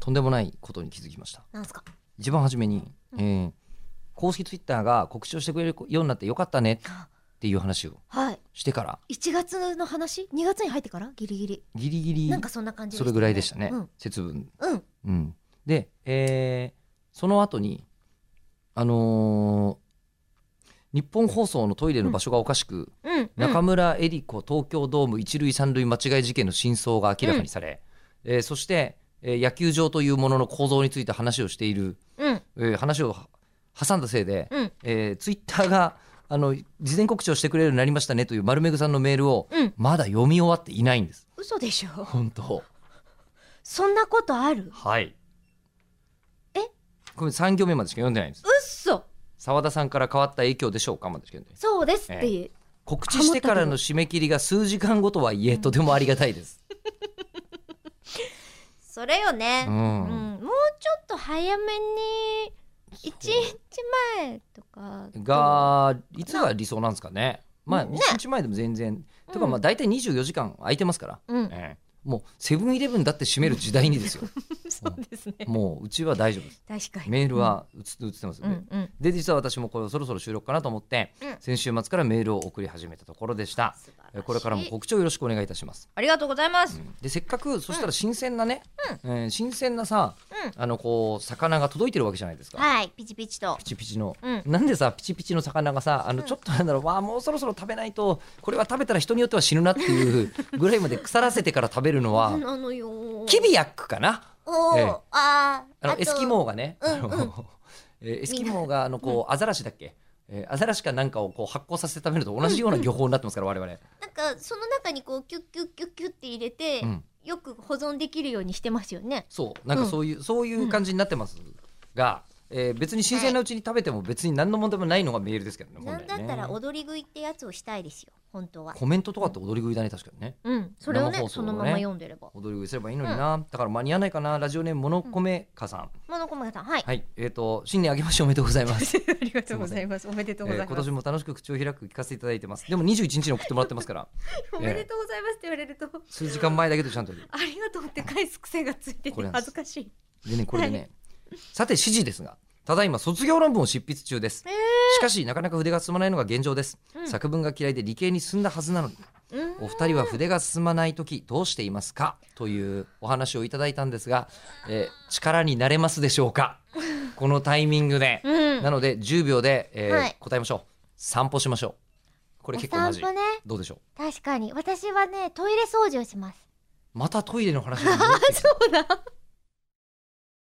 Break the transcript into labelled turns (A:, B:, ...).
A: とんでもないことに気づきました
B: なんすか
A: 一番初めに、えー公式ツイッターが告知をしてくれるようになってよかったねっていう話を
B: はい
A: してから
B: 1月の話2月に入ってからギリギリ
A: ギリギリ
B: なんかそんな感じ
A: それぐらいでしたね、
B: うん
A: 節分
B: うん
A: うん、で、えーその後にあのー日本放送のトイレの場所がおかしく、
B: うん
A: 中村江里子東京ドーム一塁三塁間違い事件の真相が明らかにされ、えーそして、えー野球場というものの構造について話をしている、
B: うん
A: えー話を挟んだせいで、
B: うん
A: えツイッター Twitter があの事前告知をしてくれるようになりましたねという丸めぐさんのメールを、
B: うん
A: まだ読み終わっていないんです
B: 嘘でしょ
A: 本当
B: そんなことある
A: はい
B: え
A: これ3行目までしか読んでないんです
B: 嘘
A: 澤田さんから変わった影響でしょうかまでしか読んでない
B: そうですっていう、
A: 告知してからの締め切りが数時間後とはいえとてもありがたいです、
B: それよね
A: う
B: うんん、もうちょっと早めに1日前とか
A: がいつが理想なんですかねまあ
B: ね
A: 1日前でも全然、とかま
B: う
A: あ大体24時間空いてますから、
B: うん
A: ええもうセブンイレブンだって閉める時代にですよ
B: そうですね
A: もううちは大丈夫です
B: 確かに
A: メールはうつ、うつってますよ
B: う
A: ね、
B: んうん
A: で実は私もこれをそろそろ収録かなと思って、
B: うん
A: 先週末からメールを送り始めたところでした
B: 素晴らし
A: え
B: い
A: これからも告知をよろしくお願いいたします
B: ありがとうございます、
A: でせっかくそしたら新鮮なね、えー新鮮なさ、
B: うん
A: あのこう魚が届いてるわけじゃないですか、
B: はいピチピチと
A: ピチピチの、
B: うん
A: なんでさピチピチの魚がさあのちょっとなんだろう、わあもうそろそろ食べないとこれは食べたら人によっては死ぬなっていうぐらいまで腐らせてから食べるのは
B: なのよ
A: キビヤックかな
B: おー、
A: ええ
B: あー
A: あの
B: あと
A: エスキモーがね、あの
B: うんう
A: えーエスキモーがあのこうアザラシだっけ、えーアザラシかなんかをこう発酵させて食べると同じような漁法になってますから我々、
B: なんかその中にこうキュッキュッキュッキュッって入れて、
A: うん
B: よく保存できるようにしてますよね
A: そうなんかそういう、そういう感じになってますが、えー別に新鮮なうちに食べても別に何の問題もないのがメールですけどね
B: なん
A: 本
B: だ
A: 来
B: っ
A: ね
B: たら踊り食いってやつをしたいですよ本当は
A: コメントとかって踊り食いだね確かにね
B: うんそれをね
A: 生放送
B: そ
A: のね
B: のまま読んでれば
A: 踊り食いすればいいのにな、だから間に合わないかなラジオネームモノコメカさん、
B: モノコマさんはい、
A: はいえっ、と新年あけましておめでとうござい ます
B: ありがとうございますおめでと
A: え
B: うござい
A: ー
B: ます
A: 今、年も楽しく口を開く聞かせていただいてますでも21日に送ってもらってますから
B: おめでとうございますって言われると、
A: 数時間前だけどちゃんと
B: ありがとうって返す癖がついて
A: これ
B: て
A: なんで
B: 恥
A: す
B: ずかしい
A: でねこれでねさて指示ですがただいま卒業論文を執筆中です、
B: え
A: しかしなかなか筆が進まないのが現状です、
B: うん
A: 作文が嫌いで理系に進んだはずなのに
B: うん
A: お二人は筆が進まない時どうしていますかというお話をいただいたんですが、えー力になれますでしょう かこのタイミングで、
B: うん
A: なので10秒で、えー
B: はい
A: 答えましょう散歩しましょうこれ
B: お
A: 結構マ
B: 散
A: ジ、
B: 歩ね
A: どうでしょ
B: 確かに私はねトイレ掃除をします
A: うまたトイレの話に戻ってきた
B: そうだ